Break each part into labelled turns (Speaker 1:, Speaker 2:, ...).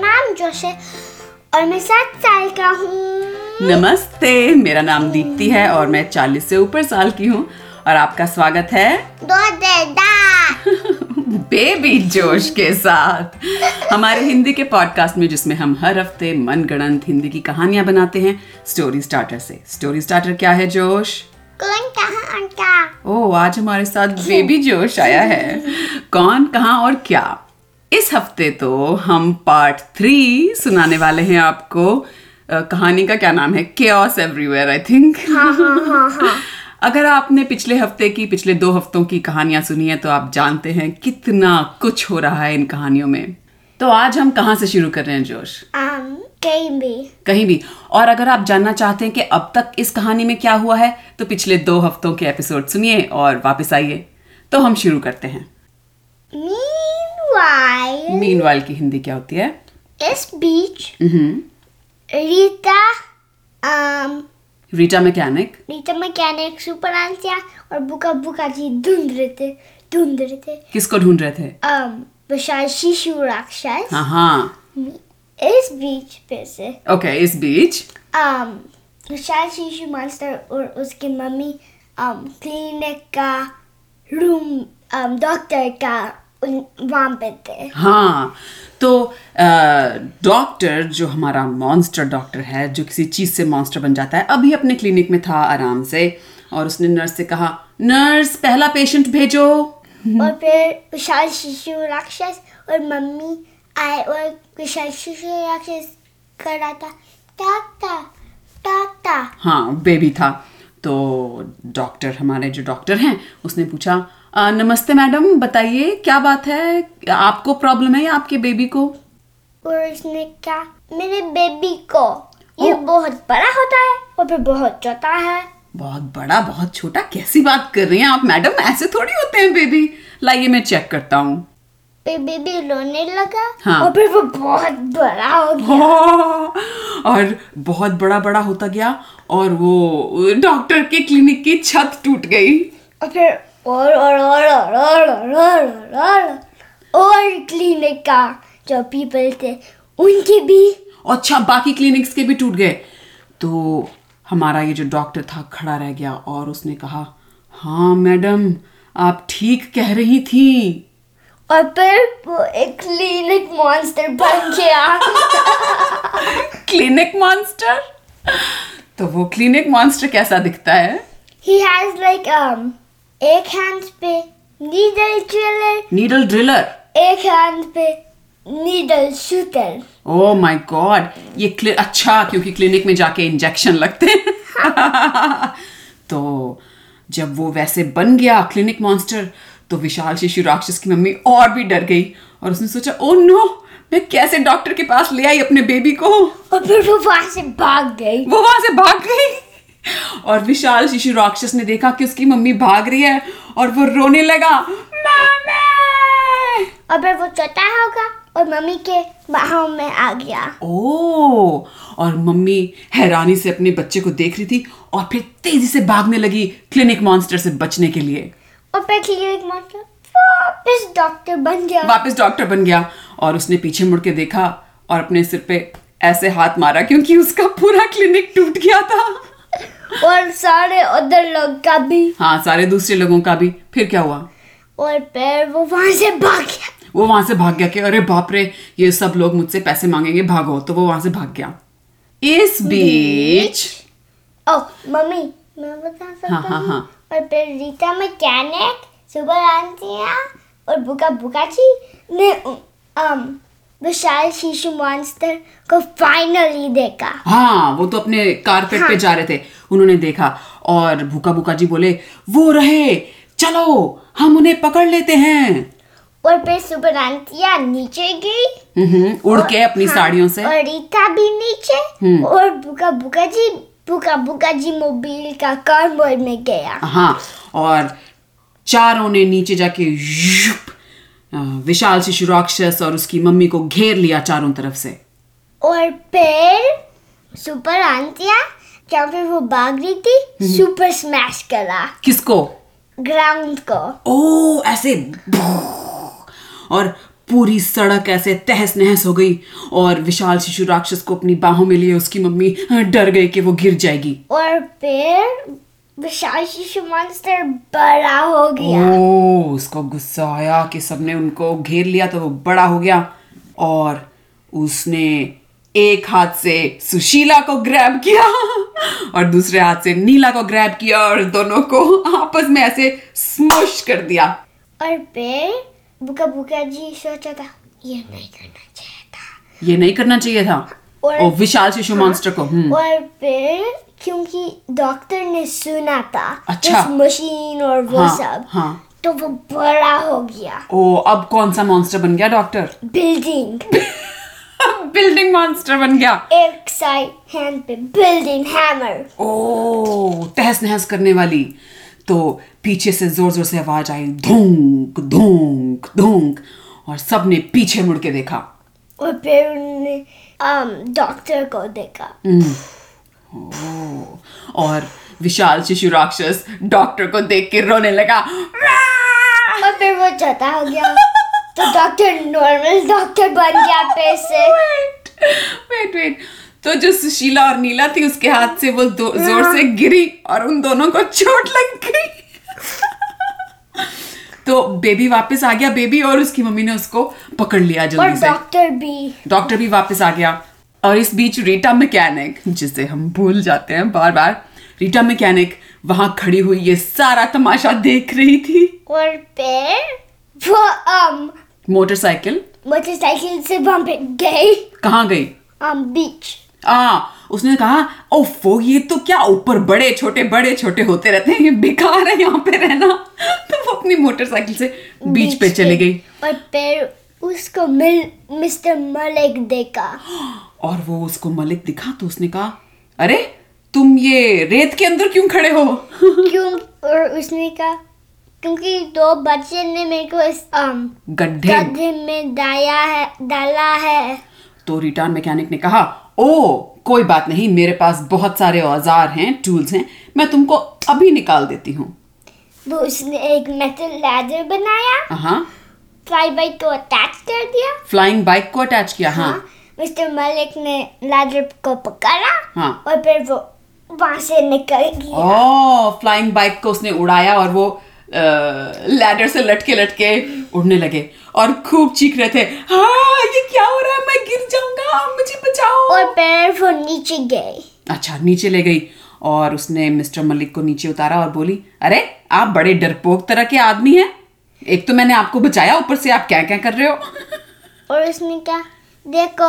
Speaker 1: घोष है और मैं सात साल का हूँ
Speaker 2: नमस्ते मेरा नाम दीप्ति है और मैं 40 से ऊपर साल की हूँ और आपका स्वागत है
Speaker 1: दो दादा
Speaker 2: बेबी जोश के साथ हमारे हिंदी के पॉडकास्ट में जिसमें हम हर हफ्ते मनगढ़ंत हिंदी की कहानियां बनाते हैं स्टोरी स्टार्टर से स्टोरी स्टार्टर क्या है जोश
Speaker 1: कौन कहा अंका
Speaker 2: ओ आज हमारे साथ बेबी जोश आया है कौन कहाँ और क्या इस हफ्ते तो हम पार्ट थ्री सुनाने वाले हैं आपको अ, कहानी का क्या नाम है केओस एवरीवेयर आई थिंक अगर आपने पिछले हफ्ते की पिछले दो हफ्तों की कहानियां सुनी है तो आप जानते हैं कितना कुछ हो रहा है इन कहानियों में तो आज हम कहाँ से शुरू कर रहे हैं जोश
Speaker 1: आम कहीं भी
Speaker 2: कहीं भी और अगर आप जानना चाहते हैं कि अब तक इस कहानी में क्या हुआ है तो पिछले दो हफ्तों के एपिसोड सुनिए और वापस आइए तो हम शुरू करते हैं
Speaker 1: Meanwhile,
Speaker 2: मीन की हिंदी क्या होती है
Speaker 1: इस बीच
Speaker 2: मम्हम्म।
Speaker 1: Rita um,
Speaker 2: Rita mechanic
Speaker 1: Rita mechanic super आंसिया और बुका बुका जी ढूंढ रहे थे ढूंढ रहे थे
Speaker 2: किसको ढूंढ रहे थे
Speaker 1: um, विशाल शिशु राक्षस
Speaker 2: हाँ हाँ
Speaker 1: इस बीच फिर से
Speaker 2: ओके इस बीच
Speaker 1: um, विशाल शिशु मास्टर और उसकी मम्मी um, क्लिनिक का रूम um, डॉक्टर का उन- वहाँ पे थे
Speaker 2: हाँ तो अ, डॉक्टर जो हमारा मॉन्स्टर डॉक्टर है जो किसी चीज़ से मॉन्स्टर बन जाता है अभी अपने क्लिनिक में था आराम से और उसने नर्स से कहा नर्स पहला पेशेंट भेजो
Speaker 1: और फिर विशाल शिशु राक्षस और मम्मी आए और विशाल शिशु राक्षस कर रहा था टाक टाक टाक टाक
Speaker 2: हाँ बेबी था तो डॉक्टर हमारे जो डॉक्टर हैं उसने पूछा "अ, नमस्ते मैडम बताइए क्या बात है आपको प्रॉब्लम है या आपके बेबी को
Speaker 1: और उसने कहा मेरे बेबी को ये बहुत बड़ा होता है और फिर बहुत छोटा है
Speaker 2: बहुत बड़ा बहुत छोटा कैसी बात कर रही हैं आप मैडम ऐसे थोड़ी होते हैं बेबी लाइए मैं चेक करता हूँ
Speaker 1: फिर बेबी रोने लगा
Speaker 2: हाँ।
Speaker 1: और फिर वो बहुत बड़ा हो गया
Speaker 2: और बहुत बड़ा बड़ा होता गया और वो डॉक्टर के क्लिनिक की छत टूट गई
Speaker 1: और फिर और और और और और और और और और और क्लिनिक का जो पीपल थे उनके भी
Speaker 2: और अच्छा बाकी क्लिनिक्स के भी टूट गए तो हमारा ये जो डॉक्टर था खड़ा रह गया और उसने कहा हाँ मैडम आप ठीक कह रही थी
Speaker 1: और फिर वो एक क्लिनिक मॉन्स्टर बन गया
Speaker 2: क्लिनिक मॉन्स्टर तो वो क्लिनिक मॉन्स्टर कैसा दिखता है
Speaker 1: ही हैज लाइक um एक हैंड पे नीडल ड्रिलर
Speaker 2: नीडल ड्रिलर
Speaker 1: एक हैंड पे needle shooter
Speaker 2: oh my god Oh ये क्लि- अच्छा क्योंकि क्लिनिक में जाके इंजेक्शन लगते हैं तो जब वो वैसे बन गया क्लिनिक मॉन्स्टर तो विशाल शिशु राक्षस की मम्मी और भी डर गई और उसने सोचा ओ नो मैं कैसे डॉक्टर के पास ले आई अपने बेबी को
Speaker 1: और फिर वो वहां से भाग गई
Speaker 2: वो वहां से भाग गई और विशाल शिशु राक्षस ने देखा कि उसकी मम्मी भाग रही है और वो रोने लगा "मम्मी!"
Speaker 1: और फिर वो छोटा होगा और मम्मी के बाहों में आ गया
Speaker 2: ओ और मम्मी हैरानी से अपने बच्चे को देख रही थी और फिर तेजी से भागने लगी क्लिनिक मॉन्स्टर से बचने के लिए
Speaker 1: और फिर क्लिनिक मॉन्स्टर वापस डॉक्टर बन गया
Speaker 2: वापस डॉक्टर बन गया और उसने पीछे मुड़ के देखा और अपने सिर पे ऐसे हाथ मारा क्योंकि उसका पूरा क्लिनिक टूट गया था
Speaker 1: और सारे उधर लोग का भी
Speaker 2: हाँ सारे दूसरे लोगों का भी फिर क्या हुआ
Speaker 1: और फिर वो वहां से भाग गया
Speaker 2: वो वहां से भाग गया कि अरे बाप रे ये सब लोग मुझसे पैसे मांगेंगे भागो तो वो वहां से भाग गया इस बीच
Speaker 1: ओ मम्मी मैं बता सकता
Speaker 2: हाँ, हाँ,
Speaker 1: हूँ?
Speaker 2: हाँ।
Speaker 1: और फिर रीता मैकेनिक सुबह आंटिया और बुका बुका जी ने उ- अम विशाल शिशु मॉन्स्टर को फाइनली देखा
Speaker 2: हाँ वो तो अपने कारपेट पे जा रहे थे उन्होंने देखा और भूखा भूखा जी बोले वो रहे चलो हम उन्हें पकड़ लेते हैं
Speaker 1: और फिर सुबह आंटिया नीचे गई
Speaker 2: हम्म, उड़ के अपनी साड़ियों से हम्म।
Speaker 1: और रीता भी नीचे और बुका बुका जी बुका बुका जी मोबाइल का कार्डबोर्ड में गया
Speaker 2: हाँ और चारों ने नीचे जाके यूप, अ, विशाल शिशु राक्षस और उसकी मम्मी को घेर लिया चारों तरफ से
Speaker 1: और फिर सुपर आंटिया जहाँ पे वो भाग रही
Speaker 2: हम्म।
Speaker 1: थी सुपर स्मैश करा
Speaker 2: किसको
Speaker 1: ग्राउंड को
Speaker 2: ओ ऐसे और पूरी सड़क ऐसे तहस नहस हो गई और विशाल शिशु राक्षस को अपनी बाहों में लिए उसकी मम्मी अ, डर गई कि वो गिर जाएगी
Speaker 1: और फिर विशाल शिशु मॉन्स्टर बड़ा हो गया
Speaker 2: ओ उसको गुस्सा आया कि सबने उनको घेर लिया तो वो बड़ा हो गया और उसने एक हाथ से सुशीला को ग्रैब किया और दूसरे हाथ से नीला को ग्रैब किया और दोनों को आपस में ऐसे स्मोश कर दिया
Speaker 1: और फिर बुका बुका जी सोचा था ये नहीं करना चाहिए था
Speaker 2: ये नहीं करना चाहिए था
Speaker 1: और- हाँ।
Speaker 2: ओ विशाल शिशु मॉन्स्टर को हम्म
Speaker 1: और फिर क्योंकि डॉक्टर ने सुना था
Speaker 2: अच्छा।
Speaker 1: उस मशीन और वो
Speaker 2: हाँ,
Speaker 1: सब
Speaker 2: हाँ।
Speaker 1: तो वो बड़ा हो गया
Speaker 2: ओ अब कौन सा मॉन्स्टर बन गया डॉक्टर
Speaker 1: बिल्डिंग
Speaker 2: बिल्डिंग मॉन्स्टर बन गया
Speaker 1: एक साइड हैंड पे बिल्डिंग हैमर
Speaker 2: ओ तहस नहस करने वाली तो पीछे से जोर जोर से आवाज आई धूंक धूंक धूंक और सबने पीछे मुड़ के देखा
Speaker 1: और फिर उन्होंने um, डॉक्टर को देखा
Speaker 2: ओ, और विशाल शिशु राक्षस डॉक्टर को देख के रोने लगा "वाह!"
Speaker 1: और फिर वो चौथा हो गया तो डॉक्टर नॉर्मल डॉक्टर बन गया फिर से
Speaker 2: वेट वेट वेट तो जो सुशीला और नीला थी उसके हाथ से वो दो, जोर से गिरी और उन दोनों को चोट लग गई तो बेबी वापस आ गया बेबी और उसकी मम्मी ने उसको पकड़ लिया
Speaker 1: और
Speaker 2: जल्दी से
Speaker 1: डॉक्टर भी
Speaker 2: डॉक्टर भी वापस आ गया और इस बीच रीटा मैकेनिक जिसे हम भूल जाते हैं बार बार रीटा मैकेनिक वहां खड़ी हुई ये सारा तमाशा देख रही थी
Speaker 1: और फिर वो um,
Speaker 2: मोटरसाइकिल
Speaker 1: मोटरसाइकिल से बम पे गई
Speaker 2: कहाँ गई
Speaker 1: um, बीच
Speaker 2: आ, हाँ, उसने कहा ओफो ये तो क्या ऊपर बड़े छोटे बड़े छोटे होते रहते हैं ये बेकार है यहाँ पे रहना तो वो अपनी मोटरसाइकिल से बीच पे चली गई
Speaker 1: और फिर उसको मिल मिस्टर मलिक देखा
Speaker 2: और वो उसको मलिक दिखा तो उसने कहा अरे तुम ये रेत के अंदर क्यों खड़े हो
Speaker 1: क्यों और उसने कहा क्योंकि दो बच्चे ने मेरे को इस um,
Speaker 2: गड्ढे
Speaker 1: गड्ढे में डाया है डाला है
Speaker 2: तो रिटर्न मैकेनिक ने कहा ओ कोई बात नहीं मेरे पास बहुत सारे औजार हैं टूल्स हैं मैं तुमको अभी निकाल देती हूँ
Speaker 1: वो उसने एक मेटल लैडर बनाया
Speaker 2: हाँ
Speaker 1: फ्लाई बाई को अटैच कर दिया
Speaker 2: फ्लाइंग बाइक को अटैच किया हाँ
Speaker 1: मिस्टर मलिक ने लैडर को पकड़ा
Speaker 2: हाँ।
Speaker 1: और फिर वो वहां से निकल गया
Speaker 2: ओ फ्लाइंग बाइक Oh, को उसने उड़ाया और वो लैडर से लटके लटके उड़ने लगे और खूब चीख रहे थे हाँ ये क्या हो रहा है मैं गिर जाऊंगा मुझे बचाओ
Speaker 1: और फिर वो नीचे गए
Speaker 2: अच्छा नीचे ले गई और उसने मिस्टर मलिक को नीचे उतारा और बोली अरे आप बड़े डरपोक तरह के आदमी हैं एक तो मैंने आपको बचाया ऊपर से आप क्या क्या कर रहे हो
Speaker 1: और उसने कहा देखो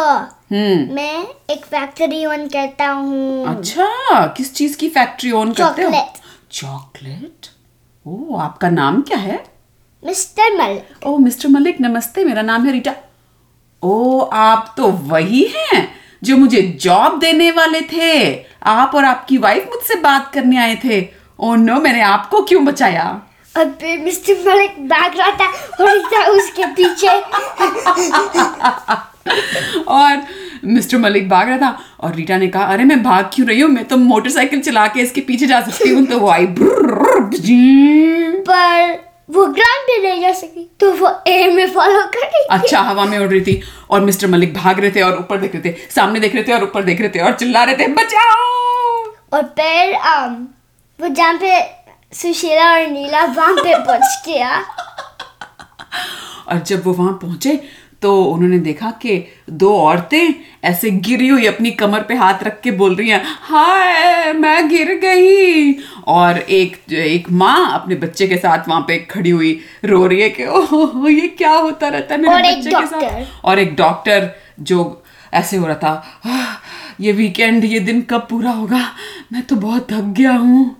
Speaker 2: हम्म
Speaker 1: मैं एक फैक्ट्री ऑन करता हूँ
Speaker 2: अच्छा किस चीज की फैक्ट्री ऑन करते हो
Speaker 1: चॉकलेट।
Speaker 2: चॉकलेट ओ आपका नाम क्या है
Speaker 1: mister Malik
Speaker 2: oh mister Malik नमस्ते मेरा नाम है रीटा ओ आप तो वही हैं जो मुझे जॉब देने वाले थे आप और आपकी वाइफ मुझसे बात करने आए थे ओ नो मैंने आपको क्यों बचाया
Speaker 1: और फिर मिस्टर मलिक भाग रहा था और था उसके पीछे
Speaker 2: और मिस्टर मलिक भाग रहा था और रीटा ने कहा अरे मैं भाग क्यों रही हूँ मैं तो मोटरसाइकिल चला के इसके पीछे जा सकती हूँ तो वो आई ब्रुर्र,
Speaker 1: पर वो ग्राउंड पे नहीं जा सकी तो वो एयर में फॉलो कर गई
Speaker 2: अच्छा हवा में उड़ रही थी और मिस्टर मलिक भाग रहे थे और ऊपर देख रहे थे सामने देख रहे थे और ऊपर देख रहे थे और चिल्ला रहे थे बचाओ
Speaker 1: और फिर um, वो जहाँ पे सुशीला और नीला वहाँ पे पहुँच गया
Speaker 2: और जब वो वहां पहुंचे तो उन्होंने देखा कि दो औरतें ऐसे गिरी हुई अपनी कमर पे हाथ रख के बोल रही हैं हाय मैं गिर गई और एक एक माँ अपने बच्चे के साथ वहां पे खड़ी हुई रो रही है कि ओह ये क्या होता रहता है
Speaker 1: और
Speaker 2: मेरे
Speaker 1: एक
Speaker 2: बच्चे के
Speaker 1: डॉक्टर।
Speaker 2: साथ और एक डॉक्टर जो ऐसे हो रहा था "आह, ये वीकेंड ये दिन कब पूरा होगा मैं तो बहुत थक गया हूँ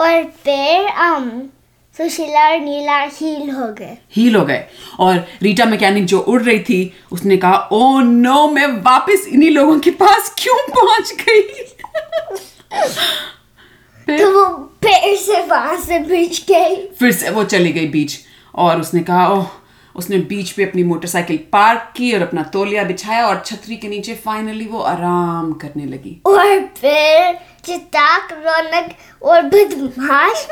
Speaker 1: और फिर um, सुशीला और नीला हील हो गए
Speaker 2: हील हो गए और रीटा मैकेनिक जो उड़ रही थी उसने कहा ओ नो मैं वापस इन्हीं लोगों के पास क्यों पहुंच गई
Speaker 1: तो वो फिर से वहाँ से भिज गई
Speaker 2: फिर से वो चली गई बीच और उसने कहा ओह उसने बीच पे अपनी मोटरसाइकिल पार्क की और अपना तौलिया बिछाया और छतरी के नीचे फाइनली वो आराम करने लगी
Speaker 1: और फिर चिताक रौनक और बदमाश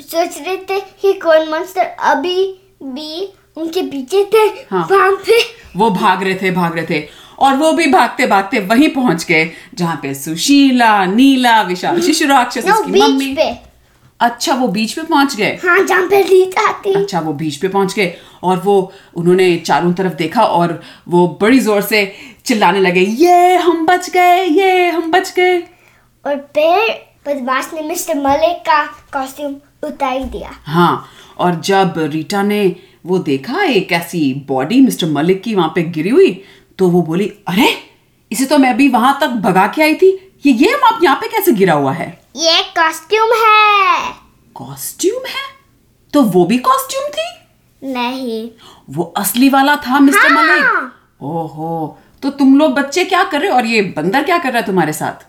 Speaker 1: सोच रहे थे कि कौन मॉन्स्टर अभी भी उनके पीछे थे
Speaker 2: हाँ।
Speaker 1: वहां पे
Speaker 2: वो भाग रहे थे भाग रहे थे और वो भी भागते भागते वहीं पहुंच गए जहाँ पे सुशीला नीला विशाल शिशु राक्षस
Speaker 1: नो
Speaker 2: उसकी
Speaker 1: बीच
Speaker 2: मम्मी
Speaker 1: पे
Speaker 2: अच्छा वो बीच पे पहुंच गए
Speaker 1: हाँ जहाँ पे रीत आती
Speaker 2: अच्छा वो बीच पे पहुंच गए और वो उन्होंने चारों तरफ देखा और वो बड़ी जोर से चिल्लाने लगे ये हम बच गए ये हम बच गए
Speaker 1: और फिर बदमाश ने मिस्टर मलिक का कॉस्ट्यूम उतार ही दिया
Speaker 2: हाँ और जब रीटा ने वो देखा एक ऐसी बॉडी मिस्टर मलिक की वहां पे गिरी हुई तो वो बोली अरे इसे तो मैं भी वहां तक भगा के आई थी ये ये हम आप यहाँ पे कैसे गिरा हुआ है
Speaker 1: ये कॉस्ट्यूम है
Speaker 2: कॉस्ट्यूम है तो वो भी कॉस्ट्यूम थी
Speaker 1: नहीं
Speaker 2: वो असली वाला था मिस्टर
Speaker 1: हाँ।
Speaker 2: मलिक ओहो तो तुम लोग बच्चे क्या कर रहे हो और ये बंदर क्या कर रहा है तुम्हारे साथ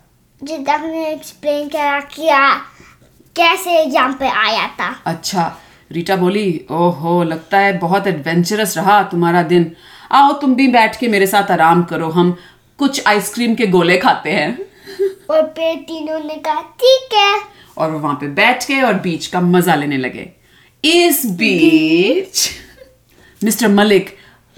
Speaker 1: जितना हमने एक्सप्लेन करा किया कैसे यहाँ पे आया था
Speaker 2: अच्छा रीटा बोली ओहो लगता है बहुत एडवेंचरस रहा तुम्हारा दिन आओ तुम भी बैठ के मेरे साथ आराम करो हम कुछ आइसक्रीम के गोले खाते हैं
Speaker 1: और फिर तीनों ने कहा ठीक है
Speaker 2: और वो वहां पे बैठ गए और बीच का मजा लेने लगे इस बीच मिस्टर मलिक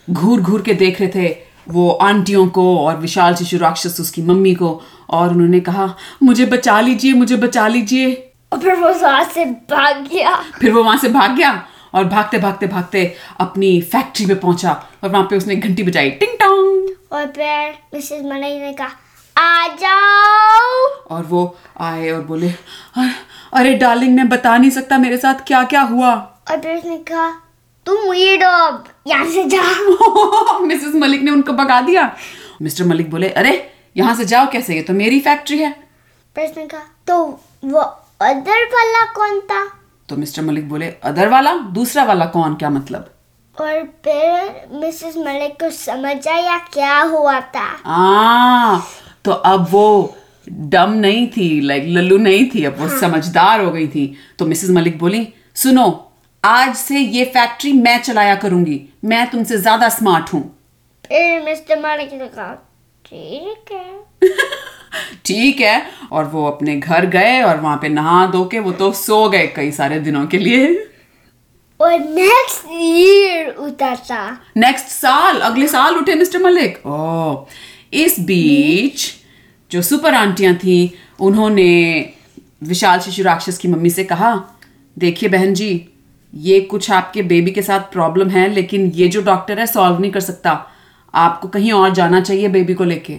Speaker 2: घूर घूर के देख रहे थे वो आंटियों को और विशाल शिशु राक्षस उसकी मम्मी को और उन्होंने कहा मुझे बचा लीजिए मुझे बचा लीजिए
Speaker 1: और फिर वो वहां से भाग गया
Speaker 2: फिर वो वहां से भाग गया और भागते भागते भागते अपनी फैक्ट्री में पहुंचा और वहां पे उसने घंटी बजाई टिंग टोंग
Speaker 1: और फिर मिसेस मलिक ने कहा आ जाओ
Speaker 2: और वो आए और बोले "अरे- अरे डार्लिंग मैं बता नहीं सकता मेरे साथ क्या क्या हुआ
Speaker 1: और फिर उसने कहा तुम वीड यहाँ से जा
Speaker 2: मिसेस मलिक ने उनको भगा दिया मिस्टर मलिक बोले अरे यहाँ से जाओ कैसे ये तो मेरी फैक्ट्री है
Speaker 1: फिर उसने कहा तो वो अदर वाला कौन था
Speaker 2: तो मिस्टर मलिक बोले अदर वाला दूसरा वाला कौन क्या मतलब
Speaker 1: और फिर मिसेस मलिक को समझ आया क्या हुआ था
Speaker 2: आ तो अब वो डम नहीं थी लाइक लल्लू नहीं थी अब वो समझदार हो गई थी तो मिसेस मलिक बोली सुनो आज से ये फैक्ट्री मैं चलाया करूंगी मैं तुमसे ज्यादा स्मार्ट हूँ
Speaker 1: फिर मिस्टर मलिक ने कहा ठीक है
Speaker 2: ठीक है और वो अपने घर गए और वहां पे नहा धो के वो तो सो गए कई सारे दिनों के लिए
Speaker 1: और नेक्स्ट ईयर उतरता
Speaker 2: नेक्स्ट साल अगले साल उठे मिस्टर मलिक ओ इस बीच जो सुपर आंटियां थी उन्होंने विशाल शिशु राक्षस की मम्मी से कहा देखिए बहन जी ये कुछ आपके बेबी के साथ प्रॉब्लम है लेकिन ये जो डॉक्टर है सॉल्व नहीं कर सकता आपको कहीं और जाना चाहिए बेबी को लेके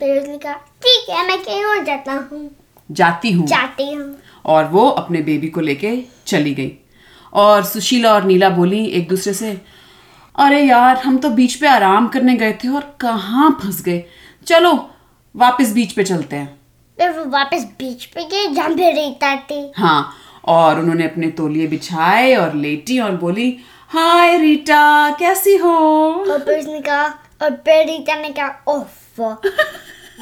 Speaker 1: फिर उसने कहा ठीक है मैं कहीं और जाता हूँ
Speaker 2: जाती हूँ
Speaker 1: जाती हूँ
Speaker 2: और वो अपने बेबी को लेके चली गई और सुशीला और नीला बोली एक दूसरे से अरे यार हम तो बीच पे आराम करने गए थे और कहाँ फंस गए चलो वापस बीच पे चलते हैं
Speaker 1: फिर वो वापस बीच पे गई जहाँ पे रीता थी
Speaker 2: हाँ और उन्होंने अपने तोलिए बिछाए और लेटी और बोली हाय रीटा कैसी हो
Speaker 1: और फिर उसने कहा और फिर रीता ने कहा ओफ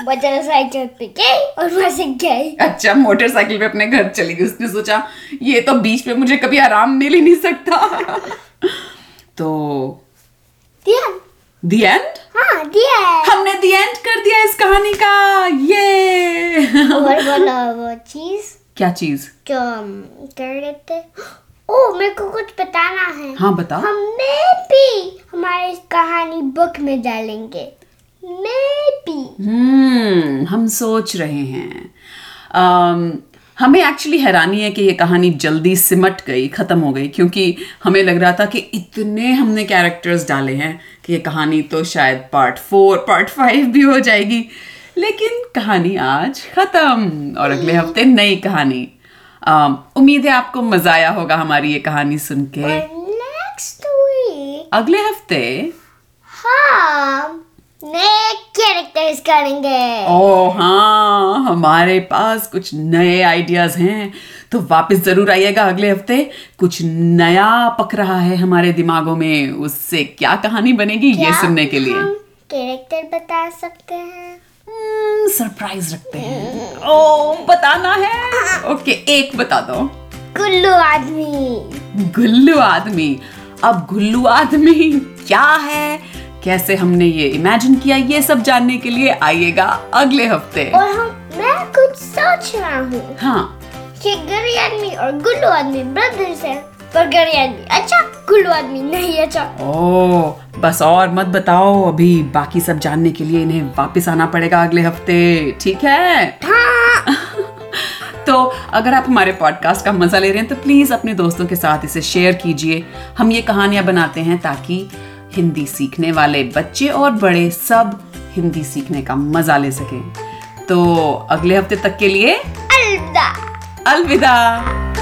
Speaker 1: मोटरसाइकिल पे गई और वहां से गई
Speaker 2: अच्छा मोटरसाइकिल पे अपने घर चली गई उसने सोचा ये तो बीच पे मुझे कभी आराम मिल ही नहीं सकता तो
Speaker 1: ध्यान
Speaker 2: दी एंड
Speaker 1: हाँ दिया है।
Speaker 2: हमने दी एंड कर दिया इस कहानी का ये
Speaker 1: और बोला वो चीज
Speaker 2: क्या चीज
Speaker 1: जो हम कर रहे थे ओ Oh, मेरे को कुछ बताना है
Speaker 2: हाँ बता
Speaker 1: हमने भी हमारी इस कहानी बुक में डालेंगे मे
Speaker 2: हम्म हम सोच रहे हैं अम, हमें एक्चुअली हैरानी है कि ये कहानी जल्दी सिमट गई खत्म हो गई क्योंकि हमें लग रहा था कि इतने हमने कैरेक्टर्स डाले हैं कि ये कहानी तो शायद पार्ट फोर पार्ट फाइव भी हो जाएगी लेकिन कहानी आज खत्म और अगले हफ्ते नई कहानी अम, उम्मीद है आपको मजा आया होगा हमारी ये कहानी सुन के
Speaker 1: और नेक्स्ट वीक
Speaker 2: अगले हफ्ते
Speaker 1: हम नए कैरेक्टर्स करेंगे
Speaker 2: ओ हाँ हमारे पास कुछ नए आइडियाज हैं तो वापस जरूर आइएगा अगले हफ्ते कुछ नया पक रहा है हमारे दिमागों में उससे क्या कहानी बनेगी ये
Speaker 1: क्या
Speaker 2: सुनने के लिए
Speaker 1: हम कैरेक्टर बता सकते हैं
Speaker 2: सरप्राइज रखते हैं ओ बताना है ओके एक बता दो
Speaker 1: कुल्लू आदमी
Speaker 2: गुल्लू आदमी अब गुल्लू आदमी क्या है कैसे हमने ये इमेजिन किया ये सब जानने के लिए आइएगा अगले हफ्ते
Speaker 1: और हम मैं कुछ सोच रहा हूँ
Speaker 2: हाँ
Speaker 1: कि गरी आदमी और गुल्लू आदमी ब्रदर्स हैं पर गड़े आदमी अच्छा कुल्लू आदमी नहीं अच्छा
Speaker 2: ओह बस और मत बताओ अभी बाकी सब जानने के लिए इन्हें वापस आना पड़ेगा अगले हफ्ते ठीक है
Speaker 1: Ha,
Speaker 2: तो अगर आप हमारे पॉडकास्ट का मजा ले रहे हैं तो प्लीज अपने दोस्तों के साथ इसे शेयर कीजिए हम ये कहानियां बनाते हैं ताकि हिंदी सीखने वाले बच्चे और बड़े सब हिंदी सीखने का मजा ले सकें तो अगले हफ्ते तक के लिए
Speaker 1: अलविदा
Speaker 2: अलविदा